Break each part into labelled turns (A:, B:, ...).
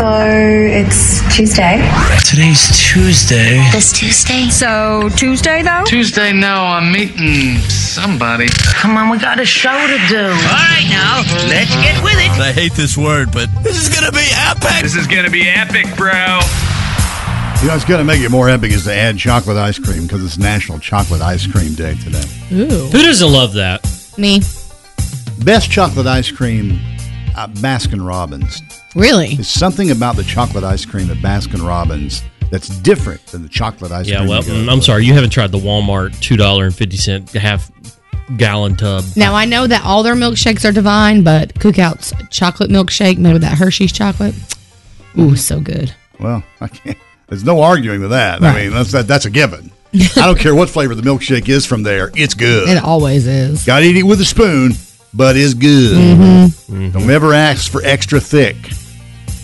A: So it's Tuesday.
B: Today's Tuesday.
C: This Tuesday?
A: So Tuesday though?
B: Tuesday, no, I'm meeting somebody. Come on, we got a show to do. All right, now, let's get with it.
D: I hate this word, but this is gonna be epic.
E: This is gonna be epic, bro.
F: You know, it's going to make it more epic is to add chocolate ice cream because it's National Chocolate Ice Cream Day today.
D: Who doesn't love that?
C: Me.
F: Best chocolate ice cream at Baskin Robbins.
G: Really?
F: There's something about the chocolate ice cream at Baskin Robbins that's different than the chocolate ice
D: Yeah,
F: cream.
D: well,
F: you get
D: mm,
F: at
D: I'm
F: the-
D: sorry, you haven't tried the Walmart $2.50 half gallon tub.
G: Now I know that all their milkshakes are divine, but Cookout's chocolate milkshake made with that Hershey's chocolate. Ooh, so good.
F: Well, I can't. There's no arguing with that. I
G: Right.
F: mean, that's that, that's a given. I don't care what flavor the milkshake is from there. It's good.
G: It always is.
F: Got to eat it with a spoon, but it's good.
G: Mm-hmm.
D: Mm-hmm.
F: Don't ever ask for extra thick.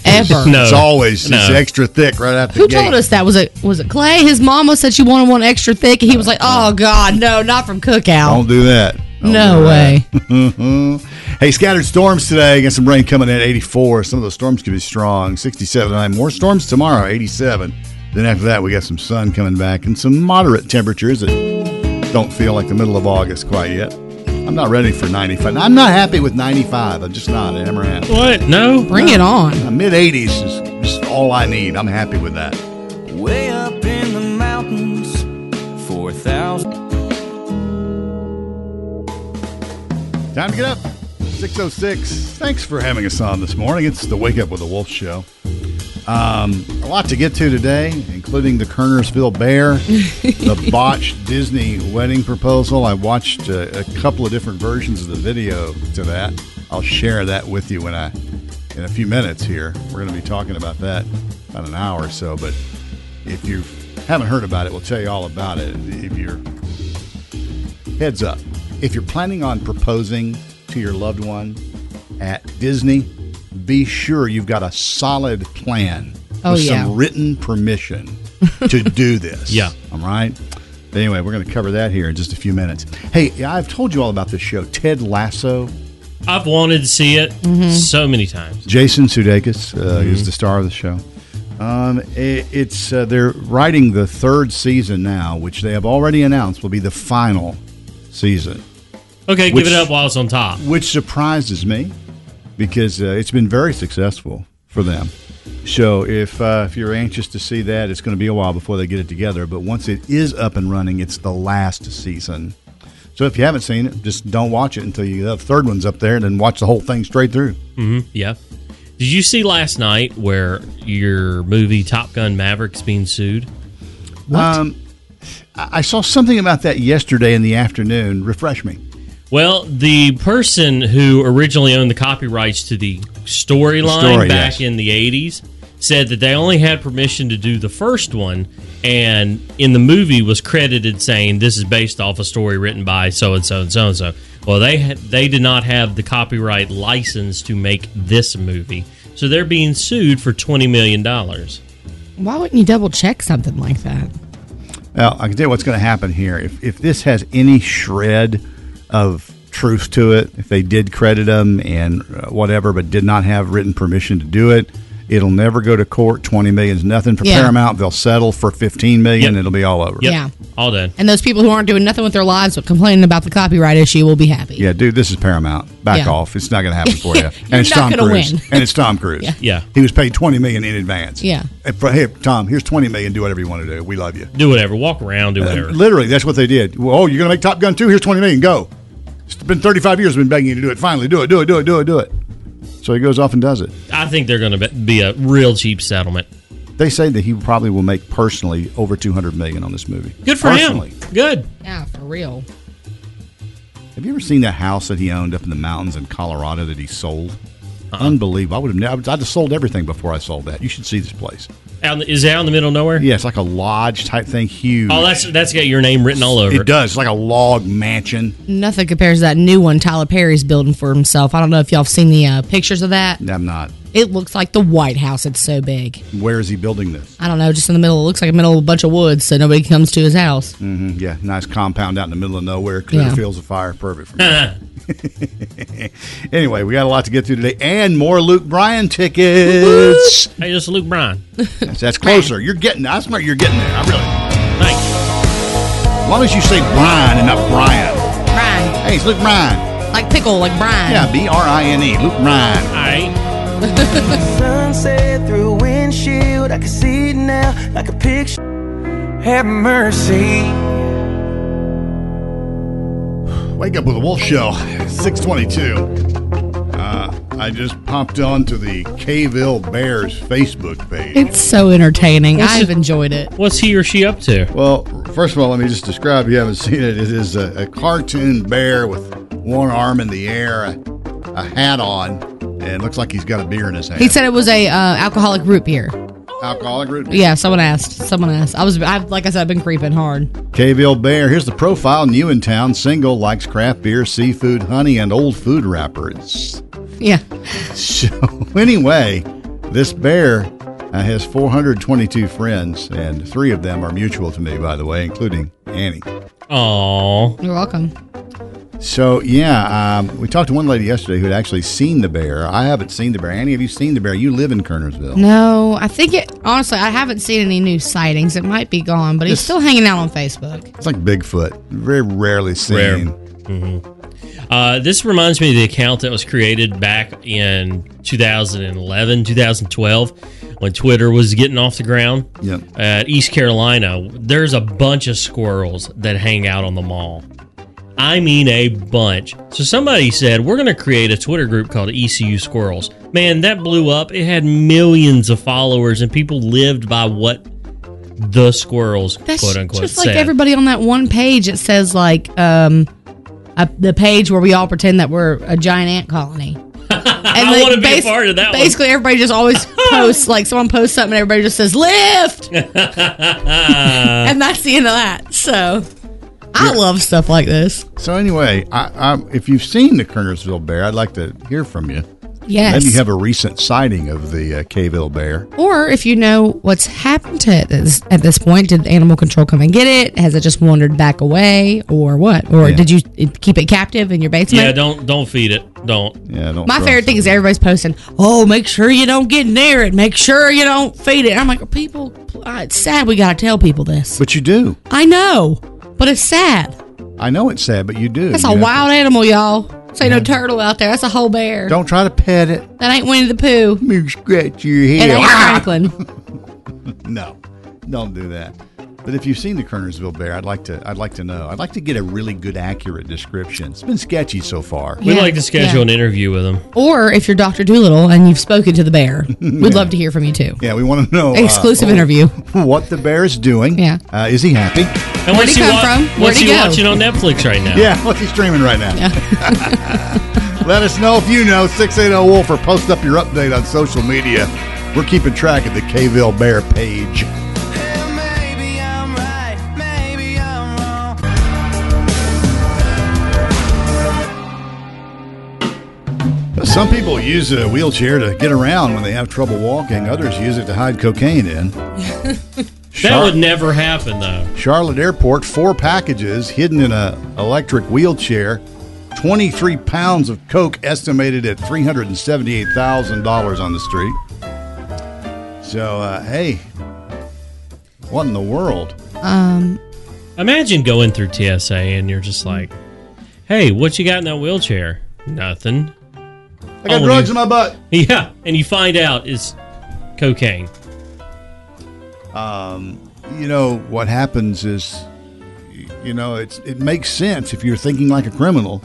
G: Ever.
D: No.
F: It's always
D: Uh, No.
F: it's extra thick right out the
G: Who
F: gate.
G: told us that? Was it was it Clay? His mama said she wanted one extra thick, and he was like, "Oh God, no, not from Cookout.
F: Don't do that. Don't
G: No
F: do that.
G: way."
F: Mm-hmm. hey, scattered storms today. Got some rain coming in at 84. Some of those storms could be strong. 67 tonight. More storms tomorrow, 87. Then after that, we got some sun coming back and some moderate temperatures that don't feel like the middle of August quite yet. I'm not ready for 95. I'm not happy with 95. I'm just not. I never am.
D: What? No?
G: Bring it on.
F: Mid 80s is just all I need. I'm happy with that.
E: Way up in the mountains, 4,000.
F: Time to get up. 606. Thanks for having us on this morning. It's the Wake Up with the Wolf show. Um, a lot to get to today, including the Kernersville Bear, the botched Disney wedding proposal. I watched uh, a couple of different versions of the video to that. I'll share that with you when I in a few minutes here. We're going to be talking about that about an hour or so, but if you haven't heard about it, we'll tell you all about it. If you're Heads up if you're planning on proposing to your loved one at Disney, be sure you've got a solid plan
G: Oh,
F: with
G: yeah.
F: some written permission to do this.
D: Yeah.
F: All right. But anyway, we're going to cover that here in just a few minutes. Hey, yeah, I've told you all about this show, Ted Lasso.
D: I've wanted to see it
F: Mm-hmm.
D: so many times.
F: Jason Sudeikis uh, is the star of the show. Um, i it's uh, they're writing the third season now, which they have already announced will be the final season.
D: Okay,
F: Which-
D: give it up while it's on top.
F: which surprises me because uh, it's been very successful for them. So if uh, if you're anxious to see that, it's going to be a while before they get it together. But once it is up and running, it's the last season. So if you haven't seen it, just don't watch it until you, the third one's up there, and then watch the whole thing straight through.
D: Yeah. Did you see last night where your movie Top Gun Maverick's being sued?
F: Um, I I saw something about that yesterday in the afternoon. Refresh me.
D: Well, the person who originally owned the copyrights to the storyline
F: Story, yes.
D: back in the 80s said that they only had permission to do the first one and in the movie was credited saying this is based off a story written by so and so and so and so. Well, they had, they did not have the copyright license to make this movie. So they're being sued for 20 million dollars.
G: Why wouldn't you double check something like that?
F: Now, I can tell you what's going to happen here. If, if this has any shred of truth to it, if they did credit them and uh, whatever, but did not have written permission to do it, It'll never go to court. Twenty million's nothing for
G: Yeah.
F: Paramount. They'll settle for fifteen million.
D: Yep.
F: It'll be all over.
D: Yep.
G: Yeah.
D: All done.
G: And those people who aren't doing nothing with their lives but complaining about the copyright issue will be happy.
F: Yeah, dude, this is Paramount. Back
G: Yeah.
F: off. It's not going to happen for you.
G: You're
F: and it's
G: not
F: Tom
G: gonna
F: Cruise.
G: win.
F: And it's Tom Cruise. yeah.
D: Yeah.
F: He was paid twenty million in advance.
G: Yeah.
F: And for- Hey, Tom, here's twenty million. Do whatever you want to do. We love you.
D: Do whatever. Walk around.
F: Uh,
D: Do whatever.
F: Literally, that's what they did. Well, oh, you're going to make Top Gun 2? Here's 20 million. Go. It's been 35 years I've been begging you to do it. Finally, do it, do it, do it, do it, do it. So he goes off and does it.
D: I think they're going to be a real cheap settlement.
F: They say that he probably will make personally over 200 million on this movie.
D: Good for
F: personally.
D: him. Good.
G: Yeah, for real.
F: Have you ever seen that house that he owned up in the mountains in Colorado that he sold? Unbelievable. I would have never, I'd have sold everything before I sold that. You should see this place.
D: Out in the, is it out in the middle of nowhere?
F: Yeah, it's like a lodge type thing, huge.
D: Oh, that's that's got your name written all over.
F: it does. It's like a log mansion.
G: Nothing compares to that new one Tyler Perry's building for himself. I don't know if y'all have seen the uh, pictures of that.
F: I'm not.
G: It looks like the White House. It's so big.
F: Where is he building this?
D: Mm.
G: I don't know, just in the middle. It looks like a middle of a bunch of woods, so nobody comes to his house.
F: Mm, Yeah, nice compound out in the middle of nowhere, clear
G: Yeah.
F: fields of fire, perfect for me. anyway, we got a lot to get through today, and more Luke Bryan tickets.
D: Hey, this is Luke Bryan.
F: that's, that's closer. You're getting. I smart. You're getting there. I really.
D: Thanks.
F: As long as you say Bryan and not Brian.
G: Brian,
F: Hey, it's Luke Bryan.
G: like pickle, like Brian.
F: Yeah, B R I N E. Luke Bryan.
D: All right.
E: Sunset through windshield, I can see it now, like a picture. Have mercy.
F: Wake up with a wolf show. Six twenty-two. Uh, I just popped onto the Caveville Bears Facebook page.
G: It's so entertaining.
D: What's
G: I've
D: it-
G: enjoyed it.
D: What's he or she up to?
F: Well, first of all, let me just describe. If you haven't seen it, it is a, a cartoon bear with one arm in the air, a, a hat on, and it looks like he's got a beer in his hand.
G: He said it was a uh, alcoholic root beer.
F: alcoholic root.
G: Yeah, someone asked. Someone asked. I was, I've, like I said, I've been creeping hard.
F: Caveville Bear. Here's the profile. New in town, single, likes craft beer, seafood, honey, and old food wrappers.
G: Yeah,
F: So anyway, this bear uh, has 422 friends, and three of them are mutual to me, by the way, including Annie.
D: Oh,
G: you're welcome.
F: So yeah, um, we talked to one lady yesterday who had actually seen the bear. I haven't seen the bear. Annie, have you seen the bear? You live in Kernersville.
G: No, I think it. Honestly, I haven't seen any new sightings. It might be gone, but he's
F: Yes.
G: still hanging out on Facebook.
F: It's like Bigfoot. Very rarely seen.
D: Rare. uh, this reminds me of the account that was created back in 2011, 2012, when Twitter was getting off the ground.
F: Yep.
D: At East Carolina, there's a bunch of squirrels that hang out on the mall. I mean, a bunch. So somebody said we're going to create a Twitter group called ECU Squirrels. Man, that blew up. It had millions of followers, and people lived by what the squirrels,
G: That's
D: quote unquote,
G: just like
D: said.
G: everybody on that one page. It says like um, a, the page where we all pretend that we're a giant ant colony. And
D: I
G: like,
D: want to be a
G: bas-
D: part of that one.
G: Basically, everybody just always posts like someone posts something, and everybody just says lift, and that's the end of that. So, I love stuff like this.
F: So anyway, I, I, if you've seen the Kernersville bear, I'd like to hear from you.
G: Yes.
F: Maybe you have a recent sighting of the uh, Caveville bear.
G: or if you know what's happened to it at this, at this point, did animal control come and get it? Has it just wandered back away, or what? Or
F: Yeah.
G: did you keep it captive in your basement?
D: yeah, don't don't feed it. Don't.
F: Yeah, don't.
G: My
F: trust
G: favorite thing
F: it.
G: is everybody's posting, "Oh, make sure you don't get near it. Make sure you don't feed it." I'm like, people, uh, it's sad we gotta tell people this.
F: But you do.
G: I know, but it's sad.
F: I know it's sad, but you do.
G: That's
F: You
G: a
F: have to-
G: wild animal, y'all. This ain't no turtle out there. That's a whole bear.
F: Don't try to pet it.
G: That ain't Winnie the Pooh.
F: Let me scratch your
G: It
F: head.
G: ain't Franklin.
F: No, don't do that. But if you've seen the Kernersville bear, I'd like to. I'd like to know. I'd like to get a really good, accurate description. It's been sketchy so far.
D: We'd
G: Yeah,
D: like to schedule
G: yeah.
D: an interview with him.
G: Or if you're Doctor Doolittle and you've spoken to the bear, we'd love to hear from you too.
F: Yeah, we want to know uh,
G: Exclusive interview.
F: What the bear is doing?
G: Yeah.
F: uh, is he happy?
D: And
G: Where'd he come from? Where'd
D: What's
G: he
D: he
G: go?
D: watching on Netflix right now?
F: Yeah, what's he streaming right now? Let us know if you know six eight zero Wolf or post up your update on social media. We're keeping track of the Kville Bear page.
E: Maybe I'm right, maybe I'm wrong.
F: Some people use a wheelchair to get around when they have trouble walking. Others use it to hide cocaine in.
D: That
F: Sharp-
D: would never happen though.
F: Charlotte Airport, four packages hidden in a electric wheelchair, 23 pounds of coke estimated at $378,000 on the street. So, uh, hey, what in the world?
G: Um,
D: Imagine going through TSA and you're just like, "Hey, what you got in that wheelchair?" Nothing.
F: I got
D: Oh,
F: drugs
D: you-
F: in my butt.
D: Yeah, and you find out it's cocaine.
F: Um, you know what happens is, y- you know, it's it makes sense if you're thinking like a criminal.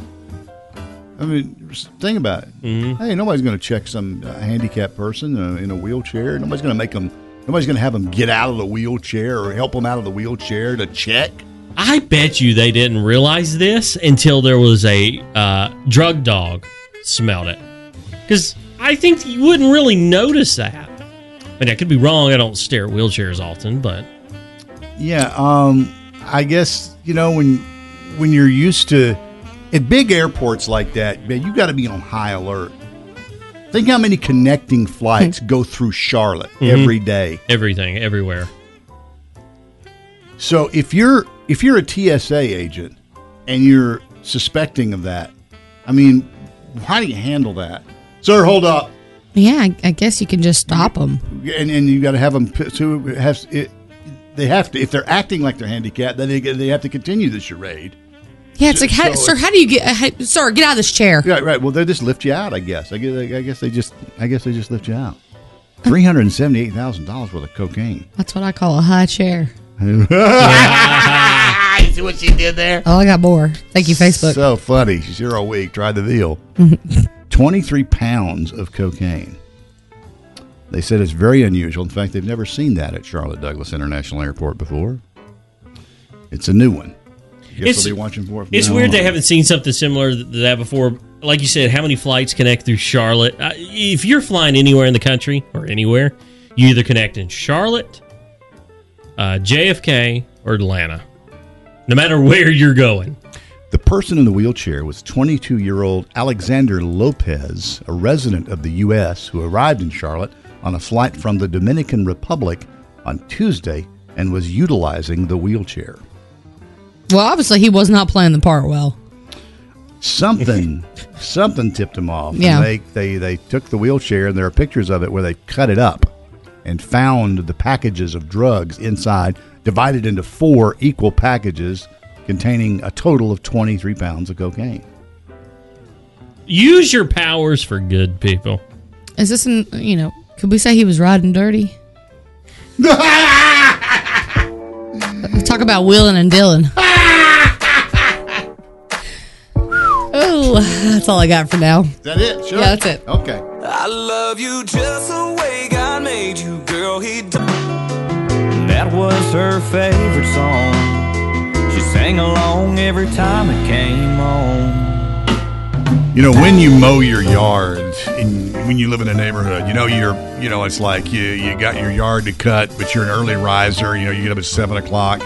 F: I mean, s- think about it. Mm-hmm. Hey, nobody's going to check some uh, handicapped person uh, in a wheelchair. Nobody's going to make them. Nobody's going to have them get out of the wheelchair or help them out of the wheelchair to check.
D: I bet you they didn't realize this until there was a uh, drug dog smelled it. Because I think you wouldn't really notice that. I mean, I could be wrong. I don't stare at wheelchairs often, but
F: Yeah, um, I guess you know when when you're used to at big airports like that, man, you got to be on high alert. Think how many connecting flights go through Charlotte every day.
D: everything, everywhere.
F: So if you're if you're a TSA agent and you're suspecting of that, I mean, how do you handle that, sir? Hold up,
G: yeah, I, I guess you can just stop them.
F: and and you got to have them to have it. They have to if they're acting like they're handicapped, then they they have to continue the charade.
G: Yeah, it's like, how,
F: So-
G: sir, how do you get, how, sir, get out of this chair.
F: Right, right. Well, they just lift you out. I guess. I guess. I guess they just. I guess they just lift you out. Three hundred and seventy-eight thousand dollars worth of cocaine.
G: That's what I call a high chair.
B: You see what she did there?
G: Oh, I got more. Thank you, Facebook.
F: So funny. Zero week. Try the deal. Twenty-three pounds of cocaine. They said it's very unusual. In fact, they've never seen that at Charlotte Douglas International Airport before. It's a new one. Guess
D: It's-
F: we'll be watching for it. from
D: It's
F: now
D: weird
F: on.
D: they haven't seen something similar to that before. Like you said, how many flights connect through Charlotte? Uh, If you're flying anywhere in the country or anywhere, you either connect in Charlotte, uh, JFK, or Atlanta. No matter where you're going.
F: The person in the wheelchair was 22 year old Alexander Lopez, a resident of the U.S., who arrived in Charlotte on a flight from the Dominican Republic on Tuesday and was utilizing the wheelchair.
G: Well, obviously, he was not playing the part well.
F: Something, something tipped him off. and
G: Yeah.
F: they, they, they took the wheelchair, and there are pictures of it where they cut it up and found the packages of drugs inside, divided into four equal packages containing a total of 23 pounds of cocaine.
D: Use your powers for good, people.
G: Is this, an, you know, could we say he was riding dirty? Talk about willing and dealing. oh, that's all I got for now.
F: Is that it? Sure.
G: Yeah, that's it.
F: Okay.
E: I love you just the way God made you, girl. He d- That was her favorite song. She sang along every time it came on.
F: You know, when you mow your yard, and when you live in a neighborhood, you know you're, you know, it's like you you got your yard to cut, but you're an early riser. You know, you get up at seven o'clock.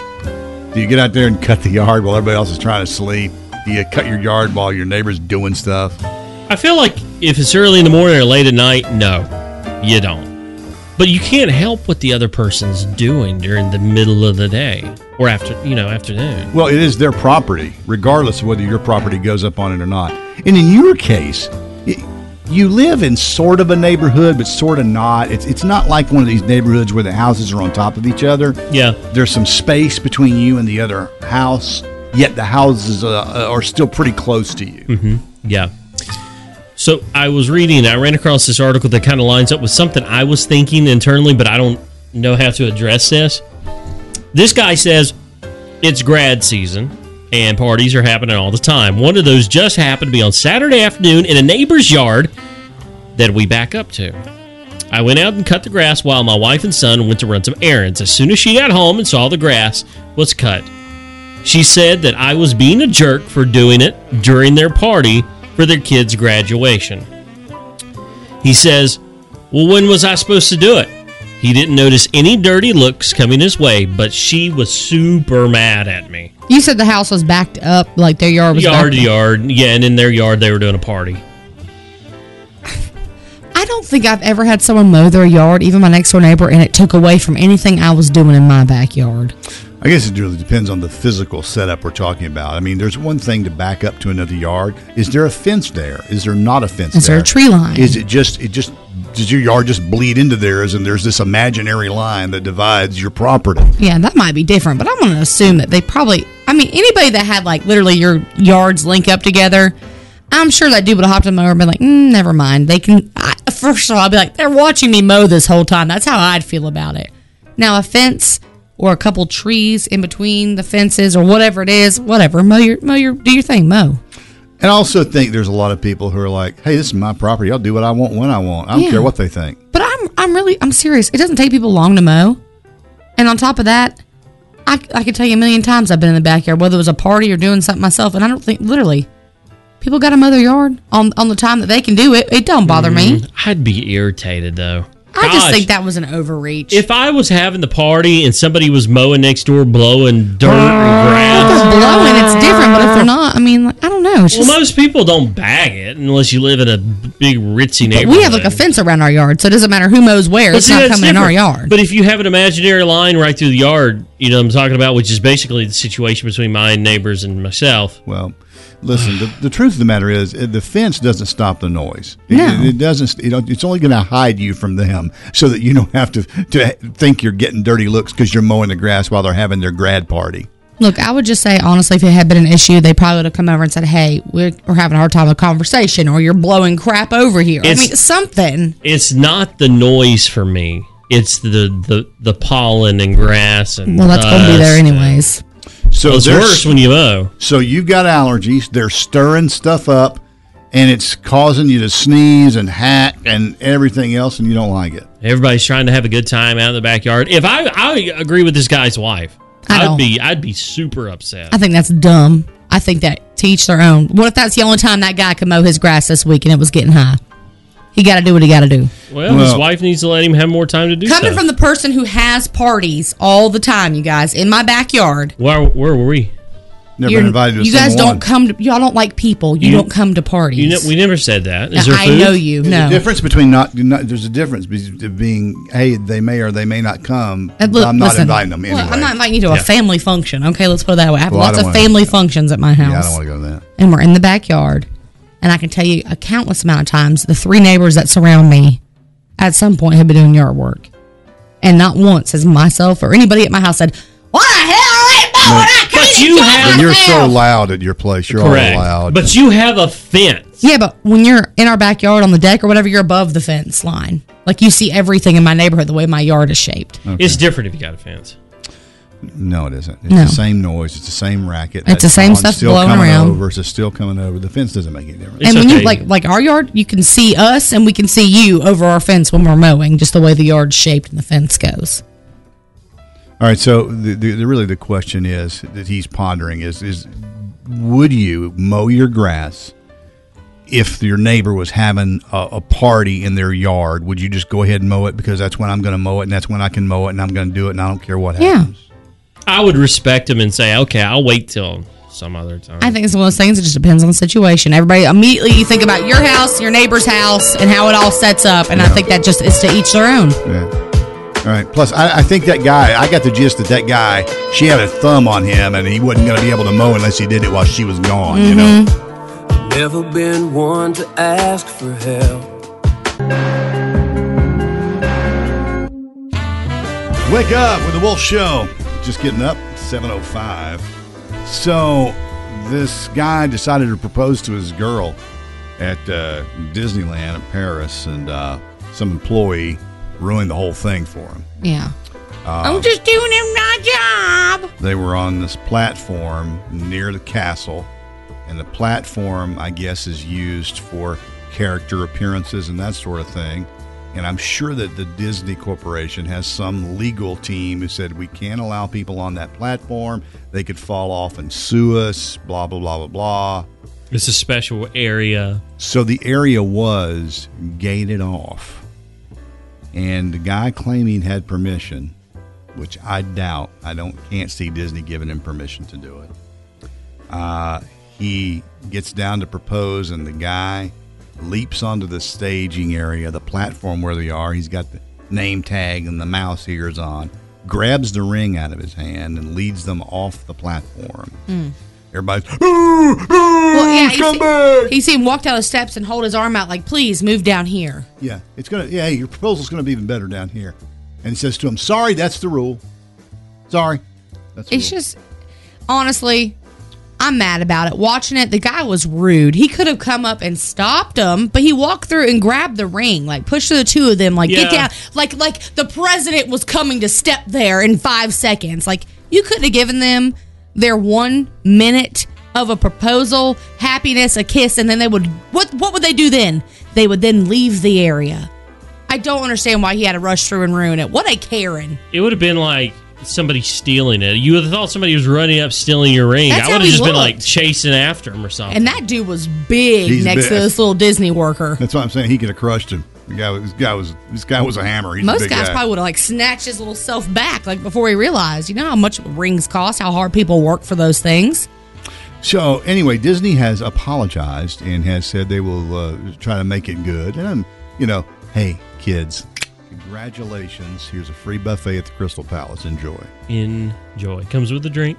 F: Do you get out there and cut the yard while everybody else is trying to sleep? Do you cut your yard while your neighbor's doing stuff?
D: I feel like if it's early in the morning or late at night, no, you don't. But you can't help what the other person's doing during the middle of the day or after, you know, afternoon.
F: Well, it is their property, regardless of whether your property goes up on it or not. And in your case, y- you live in sort of a neighborhood, but sort of not. It's it's not like one of these neighborhoods where the houses are on top of each other.
D: Yeah.
F: there's some space between you and the other house, yet the houses uh, are still pretty close to you.
D: Yeah. So I was reading, I ran across this article that kind of lines up with something I was thinking internally, but I don't know how to address this. This guy says it's grad season and parties are happening all the time. One of those just happened to be on Saturday afternoon in a neighbor's yard that we back up to. I went out and cut the grass while my wife and son went to run some errands. As soon as she got home and saw the grass was cut, she said that I was being a jerk for doing it during their party for their kid's graduation. He says, Well, when was I supposed to do it? He didn't notice any dirty looks coming his way, but she was super mad at me.
G: You said the house was backed up, like their yard was
D: Yard to
G: backed up.
D: yard. Yeah, and in their yard, they were doing a party.
G: I don't think I've ever had someone mow their yard, even my next door neighbor, and it took away from anything I was doing in my backyard.
F: I guess it really depends on the physical setup we're talking about. I mean, there's one thing to back up to another yard. Is there a fence there? Is there not a fence
G: Is there a tree line?
F: Is it just it just does your yard just bleed into theirs and there's this imaginary line that divides your property?
G: Yeah, that might be different, but I'm going to assume that they probably. I mean, anybody that had like literally your yards link up together, I'm sure that dude would have hopped on over and been like, mm, "Never mind." They can. I, first of all, I'd be like, "They're watching me mow this whole time." That's how I'd feel about it. Now, a fence or a couple trees in between the fences or whatever it is, whatever. Mow your mow your do your thing, mow.
F: And I also think there's a lot of people who are like, "Hey, this is my property. I'll do what I want when I want. I don't
G: Yeah.
F: care what they think."
G: But I'm I'm really I'm serious. It doesn't take people long to mow, and on top of that, I I could tell you a million times I've been in the backyard, whether it was a party or doing something myself, and I don't think literally people got to mow their yard on on the time that they can do it. It don't bother me.
D: I'd be irritated though.
G: I just
D: Mm-hmm. Gosh,
G: think that was an overreach.
D: if I was having the party and somebody was mowing next door, blowing dirt and grass,
G: they're blowing, it's different. But if they're not, I mean, like, I don't know. It's
D: Well,
G: just,
D: most people don't bag it unless you live in a big ritzy
G: but
D: neighborhood.
G: we have like a fence around our yard, so it doesn't matter who mows where.
D: But
G: it's
D: see,
G: not
D: that's
G: coming in our
D: different.
G: yard.
D: But if you have an imaginary line right through the yard, you know what I'm talking about, which is basically the situation between my neighbors and myself.
F: Well, listen, the, the truth of the matter is uh, the fence doesn't stop the noise. It,
G: No.
F: it, it doesn't, you know, it's only going to hide you from them so that you don't have to, to think you're getting dirty looks because you're mowing the grass while they're having their grad party.
G: Look, I would just say honestly, if it had been an issue, they probably would have come over and said, "Hey, we're, we're having a hard time with conversation, or you're blowing crap over here."
D: It's-
G: I mean, something.
D: It's not the noise for me. It's the the, the pollen and grass and
G: Well, that's gonna be there
D: dust.
G: anyways.
F: So
D: Well, it's
F: there's-
D: worse when you mow.
F: So you've got allergies, they're stirring stuff up and it's causing you to sneeze and hack and everything else and you don't like it.
D: Everybody's trying to have a good time out in the backyard. If I I agree with this guy's wife,
G: I
D: I'd
G: don't.
D: be I'd be super upset.
G: I think that's dumb. I think that to each their own. What if that's the only time that guy could mow his grass this week and it was getting high? He got to do what he got to do.
D: Well, his
F: Well-
D: wife needs to let him have more time to do
G: Coming
D: stuff.
G: from the person who has parties all the time, you guys, in my backyard.
D: where, where were we?
F: Never
G: you're-
F: been invited to
G: you guys
F: someone.
G: don't come to y'all don't like people. You,
D: You-
G: don't come to parties.
D: You know, we never said that. Is there
G: I
D: food?
G: know you.
F: There's
G: no.
F: a difference between not, not. There's a difference between being, hey, they may or they may not come.
G: Uh, look,
F: I'm not
G: listen.
F: inviting them anyway.
G: Look, I'm not inviting you to a family function. Okay, let's put it that way. I have
F: Well, I
G: lots
F: don't
G: of
F: wanna-
G: family functions at my house.
F: Yeah, I don't want to go to that.
G: and we're in the backyard. And I can tell you a countless amount of times the three neighbors that surround me at some point have been doing yard work. And not once has myself or anybody at my house said, What the hell are they doing? I
D: But
G: can't
D: you
G: even
D: have-
G: tell
F: But you're so
G: myself."
F: loud at your place. You're
D: Correct.
F: all loud.
D: But you have a fence.
G: Yeah, but when you're in our backyard on the deck or whatever, you're above the fence line. Like you see everything in my neighborhood the way my yard is shaped.
D: It's different if you got a fence.
F: no, it isn't. It's
G: No.
F: the same noise. It's the same racket.
G: It's the same
F: pond's
G: stuff
F: still
G: blowing
F: coming
G: around.
F: Over. It's just still coming over. The fence doesn't make any difference.
D: It's
G: and when
D: okay.
G: you like like our yard, you can see us and we can see you over our fence when we're mowing, just the way the yard's shaped and the fence goes.
F: All right. So the, the, the really the question is that he's pondering is is would you mow your grass if your neighbor was having a, a party in their yard? Would you just go ahead and mow it because that's when I'm going to mow it and that's when I can mow it and I'm going to do it and I don't care what
G: Yeah.
F: happens.
D: I would respect him and say, okay, I'll wait till some other time.
G: I think it's one of those things. It just depends on the situation. Everybody immediately you think about your house, your neighbor's house, and how it all sets up. And I think that just is to each their own.
F: Yeah. All right. Plus, I, I think that guy, I got the gist that that guy, she had a thumb on him and he wasn't going to be able to mow unless he did it while she was gone, you know?
E: Never been one to ask for help.
F: Wake up with the Wolf Show. Just getting up, 7.05. So, this guy decided to propose to his girl at uh, Disneyland in Paris and uh, some employee ruined the whole thing for him.
G: Yeah. I'm just doing him my job.
F: they were on this platform near the castle and the platform i guess is used for character appearances and that sort of thing and i'm sure that the disney corporation has some legal team who said we can't allow people on that platform they could fall off and sue us blah blah blah blah blah
D: it's a special area.
F: so the area was gated off. And the guy claiming had permission, which I doubt, I don't can't see Disney giving him permission to do it. Uh, he gets down to propose and the guy leaps onto the staging area, the platform where they are. He's got the name tag and the mouse ears on, grabs the ring out of his hand and leads them off the platform. Everybody's, "Ooh, ooh,
G: he,
F: come
G: se-
F: back!"
G: he seen walked out of the steps and hold his arm out like, please move down here.
F: Yeah, it's gonna. Yeah, hey, your proposal's gonna be even better down here. And he says to him, "Sorry, that's the rule. Sorry, that's the
G: It's
F: rule."
G: just honestly, I'm mad about it. Watching it, the guy was rude. He could have come up and stopped him, but he walked through and grabbed the ring, like pushed the two of them, like get
D: Yeah.
G: down, like like the president was coming to step there in five seconds. Like you couldn't have given them their one minute of a proposal, happiness, a kiss, and then they would what what would they do then? They would then leave the area. I don't understand why he had to rush through and ruin it. What a Karen.
D: It would have been like somebody stealing it. You would have thought somebody was running up stealing your ring.
G: That's
D: I
G: how
D: would have
G: he
D: just been
G: looked.
D: like chasing after him or something.
G: And that dude was big
F: He's
G: next to
F: big.
G: this little Disney worker.
F: That's why I'm saying he could have crushed him. The guy, was- this guy was this guy was a hammer. He's a
G: Most
F: big
G: guys
F: guy.
G: probably would have like snatched his little self back like before he realized. You know how much rings cost, how hard people work for those things.
F: So anyway, Disney has apologized and has said they will uh, try to make it good. And um, you know, hey kids, congratulations! Here's a free buffet at the Crystal Palace. Enjoy.
D: Enjoy. Comes with a drink.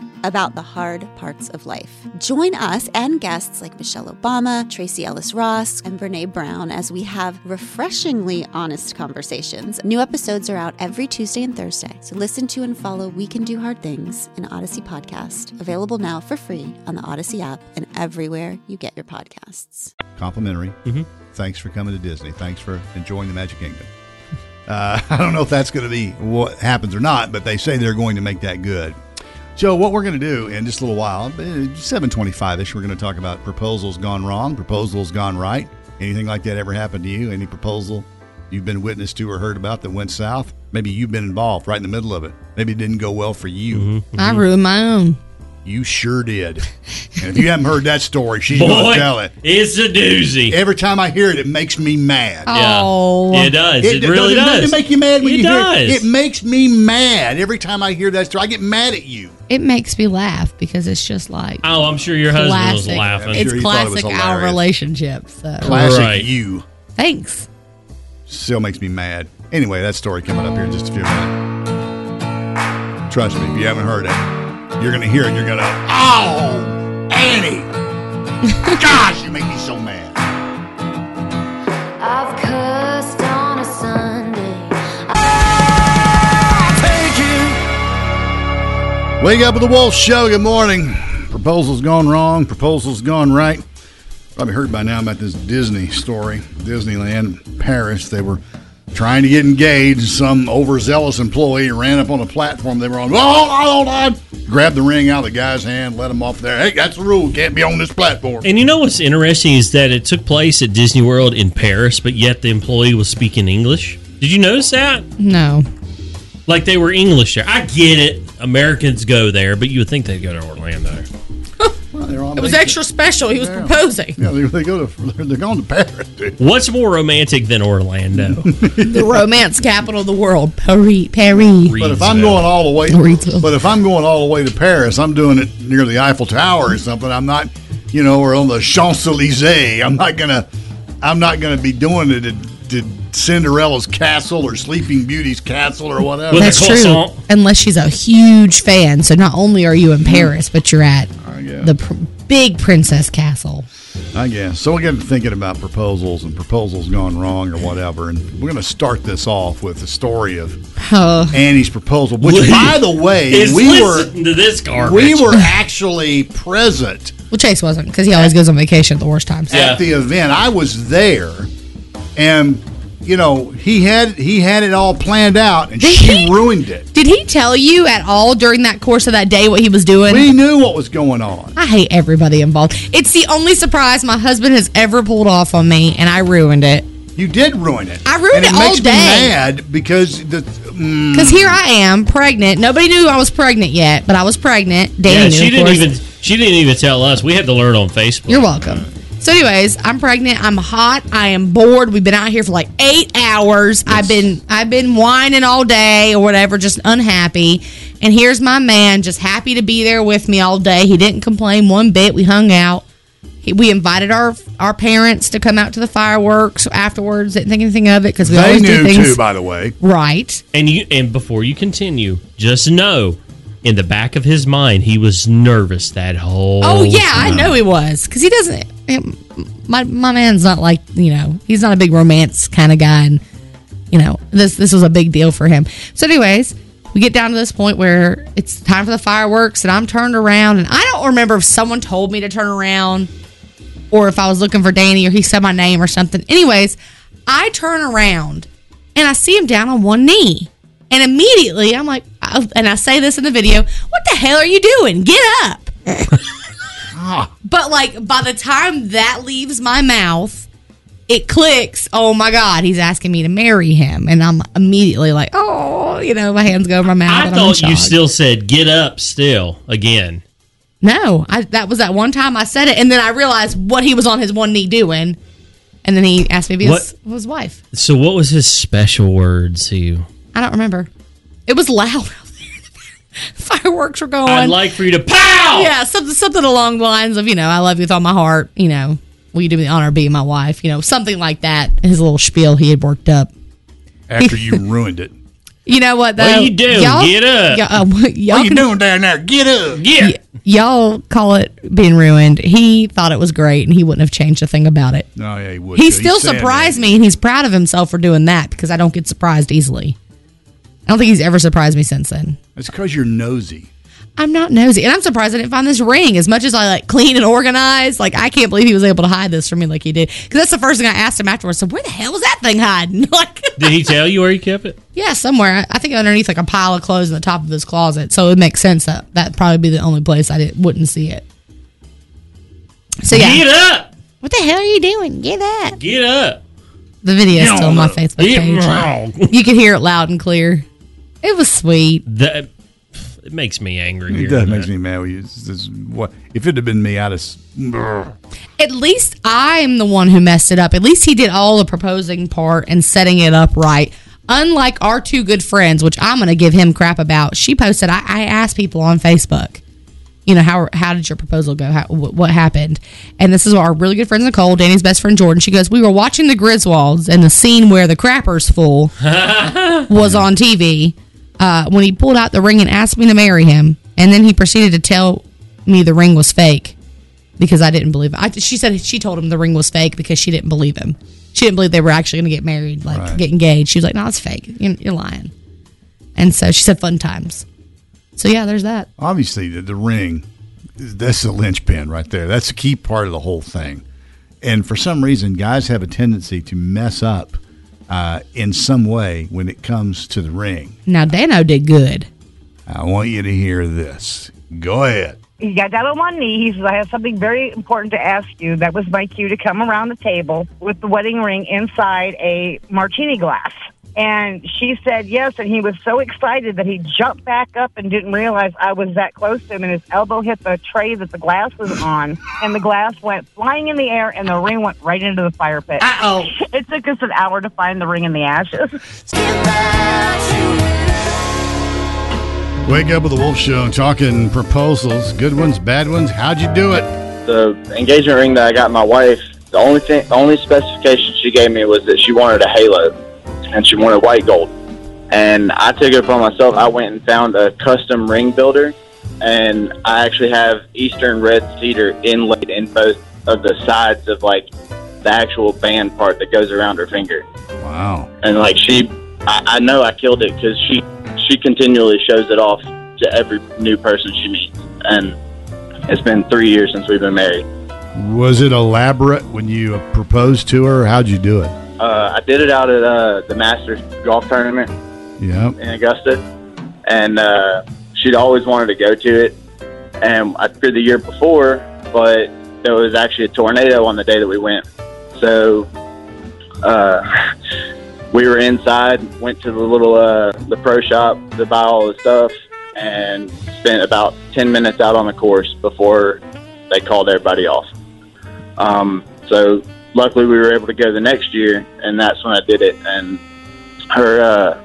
H: about the hard parts of life. Join us and guests like Michelle Obama, Tracy Ellis Ross, and Brene Brown as we have refreshingly honest conversations. New episodes are out every Tuesday and Thursday. So listen to and follow We Can Do Hard Things, an Odyssey podcast, available now for free on the Odyssey app and everywhere you get your podcasts.
F: Complimentary.
D: Mhm.
F: Thanks for coming to Disney. Thanks for enjoying the Magic Kingdom. Uh, I don't know if that's going to be what happens or not, but they say they're going to make that good. So what we're going to do in just a little while, 725-ish, we're going to talk about proposals gone wrong, proposals gone right. Anything like that ever happened to you? Any proposal you've been witness to or heard about that went south? Maybe you've been involved right in the middle of it. Maybe it didn't go well for you. Mm-hmm.
G: I ruined my own.
F: You sure did. And if you haven't heard that story, she's going
D: Boy,
F: to tell it.
D: it's a doozy.
F: Every time I hear it, it makes me mad.
G: Oh.
D: Yeah. It does. It, really
F: doesn't-
D: does.
F: doesn't make you mad when
D: it
F: you
D: does.
F: hear it. It makes me mad every time I hear that story. I get mad at you.
G: It makes me laugh because it's just like
D: oh, I'm sure your husband
G: classic.
D: was laughing.
F: It-
G: It's
F: sure he thought was
G: classic our
F: hilarious.
G: relationship. So
F: Classic
D: Right.
F: you
G: thanks.
F: still makes me mad. Anyway, that story coming up here in just a few minutes. Trust me, if you haven't heard it, you're gonna hear it. You're gonna oh, Annie, gosh, you make me so mad.
A: I've cussed on a Sunday.
F: Wake up with the Wolf Show. Good morning. Proposal's gone wrong. Proposal's gone right. Probably heard by now about this Disney story. Disneyland, Paris. They were trying to get engaged. Some overzealous employee ran up on a platform they were on. Oh, hold on, hold on. Grabbed the ring out of the guy's hand, let him off there. Hey, that's the rule. Can't be on this platform.
D: and you know what's interesting is that it took place at Disney World in Paris, but yet the employee was speaking English. Did you notice that?
G: No.
D: Like they were English there. I get it. Americans go there, but you would think they'd go to Orlando.
F: Well, they're on
G: It was
F: LinkedIn.
G: extra special. He was
F: Yeah.
G: proposing.
F: Yeah, they, they go to they're going to Paris, dude.
D: What's more romantic than Orlando?
G: the romance capital of the world. Paris. Paris.
F: But if I'm
D: Reedsville.
F: going all the way,
G: Reedsville.
F: but if I'm going all the way to Paris, I'm doing it near the Eiffel Tower or something. I'm not, you know, or on the Champs Elysees. I'm not gonna, I'm not gonna be doing it at, to Cinderella's castle or Sleeping Beauty's castle or whatever.
D: With a
G: That's true.
D: croissant.
G: Unless she's a huge fan. So not only are
D: Hmm.
G: you in Paris, but you're at
F: guess.
G: the pr- big princess castle.
F: I guess. So we got to thinking about proposals and proposals gone wrong or whatever. And we're gonna start this off with the story of
G: Oh,
F: Annie's proposal, which, by the way,
D: Is
F: we
D: listen
F: were
D: to this garbage.
F: we were actually present.
G: well, Chase wasn't because he always goes on vacation at the worst times.
D: Yeah.
F: at the event. I was there, and you know, he had he had it all planned out, and
G: Did
F: she
G: he-
F: ruined it.
G: Did he tell you at all during that course of that day what he was doing?
F: We knew what was going on.
G: I hate everybody involved. It's the only surprise my husband has ever pulled off on me, and I ruined it.
F: You did ruin it.
G: I
F: and
G: ruined it all
F: makes
G: day.
F: Me mad because the mm,
D: Hmm.
G: Because here I am, pregnant. Nobody knew I was pregnant yet, but I was pregnant. Danny
D: yeah,
G: knew,
D: she
G: of
D: didn't
G: course.
D: even she didn't even tell us. We had to learn on Facebook.
G: You're welcome. So, anyways, I'm pregnant. I'm hot. I am bored. We've been out here for like eight hours. I've been I've been whining all day or whatever, just unhappy. And here's my man, just happy to be there with me all day. He didn't complain one bit. We hung out. He, we invited our our parents to come out to the fireworks afterwards. Didn't think anything of it because we
F: they
G: always do
F: knew
G: things
F: too, by the way.
G: right.
D: And you and before you continue, just know in the back of his mind he was nervous that whole
G: Oh yeah, I
D: time.
G: know he was because he doesn't. My my man's not like you know he's not a big romance kind of guy, and you know this this was a big deal for him. So, anyways, we get down to this point where it's time for the fireworks, and I'm turned around, and I don't remember if someone told me to turn around, or if I was looking for Danny, or he said my name or something. Anyways, I turn around and I see him down on one knee. And immediately I'm like, I- and I say this in the video, what the hell are you doing? Get up.
D: Ah.
G: But like by the time that leaves my mouth, it clicks. Oh my God, he's asking me to marry him, and I'm immediately like, oh, you know, my hands go over my mouth.
D: I
G: and I'm in
D: thought you
G: shock.
D: still said get up still again.
G: No, I, that was that one time I said it, and then I realized what he was on his one knee doing, and then he asked me to be his, his wife.
D: So what was his special words to you?
G: I don't remember. It was loud. Fireworks were going.
D: I'd like for you to pow.
G: Yeah, something something along the lines of you know I love you with all my heart. You know, will you do me the honor of being my wife? You know, something like that. His little spiel he had worked up.
F: After you ruined it,
G: You know what though?
F: What you doing?
G: Y'all-
F: Get up.
G: Y'all, uh, what y'all
F: what you
G: can-
F: doing down there? Get up,
D: get.
G: y'all call it being ruined. He thought it was great, and he wouldn't have changed a thing about it.
F: No, yeah, he would.
G: he
F: too.
G: still
F: He's saying
G: surprised me, and he's proud of himself for doing that because I don't get surprised easily. I don't think he's ever surprised me since then.
F: that. It's because you're nosy.
G: I'm not nosy, and I'm surprised I didn't find this ring. As much as I like clean and organize, like I can't believe he was able to hide this from me like he did. Because that's the first thing I asked him afterwards. So where the hell was that thing hiding? like,
D: Did he tell you where he kept it?
G: yeah, somewhere. I- I think underneath like a pile of clothes in the top of his closet. So it makes sense that that'd probably be the only place I did, wouldn't see it. So yeah,
D: Get up.
G: What the hell are you doing? Get up.
D: Get up.
G: The video is still on my
D: Get
G: Facebook
D: up.
G: page. you can hear it loud and clear. It was sweet.
D: That it makes me angry.
F: It
D: hearing
F: does
D: that.
F: makes me mad. when you- it's- it's- what- if it had been me, I'd have. s- brr.
G: At least I'm the one who messed it up. At least he did all the proposing part and setting it up right. Unlike our two good friends, which I'm going to give him crap about, she posted, I, I asked people on Facebook, you know, how how did your proposal go? How, wh- what happened? And this is what our really good friend Nicole, Danny's best friend Jordan, she goes, We were watching the Griswolds and the scene where the crapper's full was on TV uh, when he pulled out the ring and asked me to marry him. And then he proceeded to tell me the ring was fake because I didn't believe it. I, she said she told him the ring was fake because she didn't believe him. She didn't believe they were actually going to get married, like
F: Right.
G: get engaged. She was like, no, it's fake. You're, you're lying. And so she said, fun times. So yeah, there's that.
F: Obviously, the, the ring. That's the linchpin right there. That's the key part of the whole thing. And for some reason, guys have a tendency to mess up uh, in some way when it comes to the ring.
G: Now, Dano did good.
F: I want you to hear this. Go ahead.
I: He got down on one knee. He says, I have something very important to ask you. That was my cue to come around the table with the wedding ring inside a martini glass. And she said yes, and he was so excited that he jumped back up and didn't realize I was that close to him, and his elbow hit the tray that the glass was on, and the glass went flying in the air, and the ring went right into the fire pit. Uh
G: oh.
I: It took us an hour to find the ring in the ashes.
F: Wake up with the Wolf Show talking proposals, good ones, bad ones. How'd you do it?
C: the engagement ring that I got my wife, the only thing, the only specification she gave me was that she wanted a halo, and she wanted white gold. And I took it upon myself. I went and found a custom ring builder, and I actually have Eastern red cedar inlaid in both of the sides of like the actual band part that goes around her finger.
F: Wow.
C: And like she, I, I know I killed it because she she continually shows it off to every new person she meets, and it's been three years since we've been married.
F: Was it elaborate when you proposed to her? How'd you do it?
C: Uh, I did it out at uh, the Masters golf tournament
F: Yep.
C: in Augusta, and uh, she'd always wanted to go to it. And I did the year before, but there was actually a tornado on the day that we went. So uh, we were inside, went to the little uh, the pro shop to buy all the stuff, and spent about ten minutes out on the course before they called everybody off. Um, so luckily, we were able to go the next year, and that's when I did it. And her uh,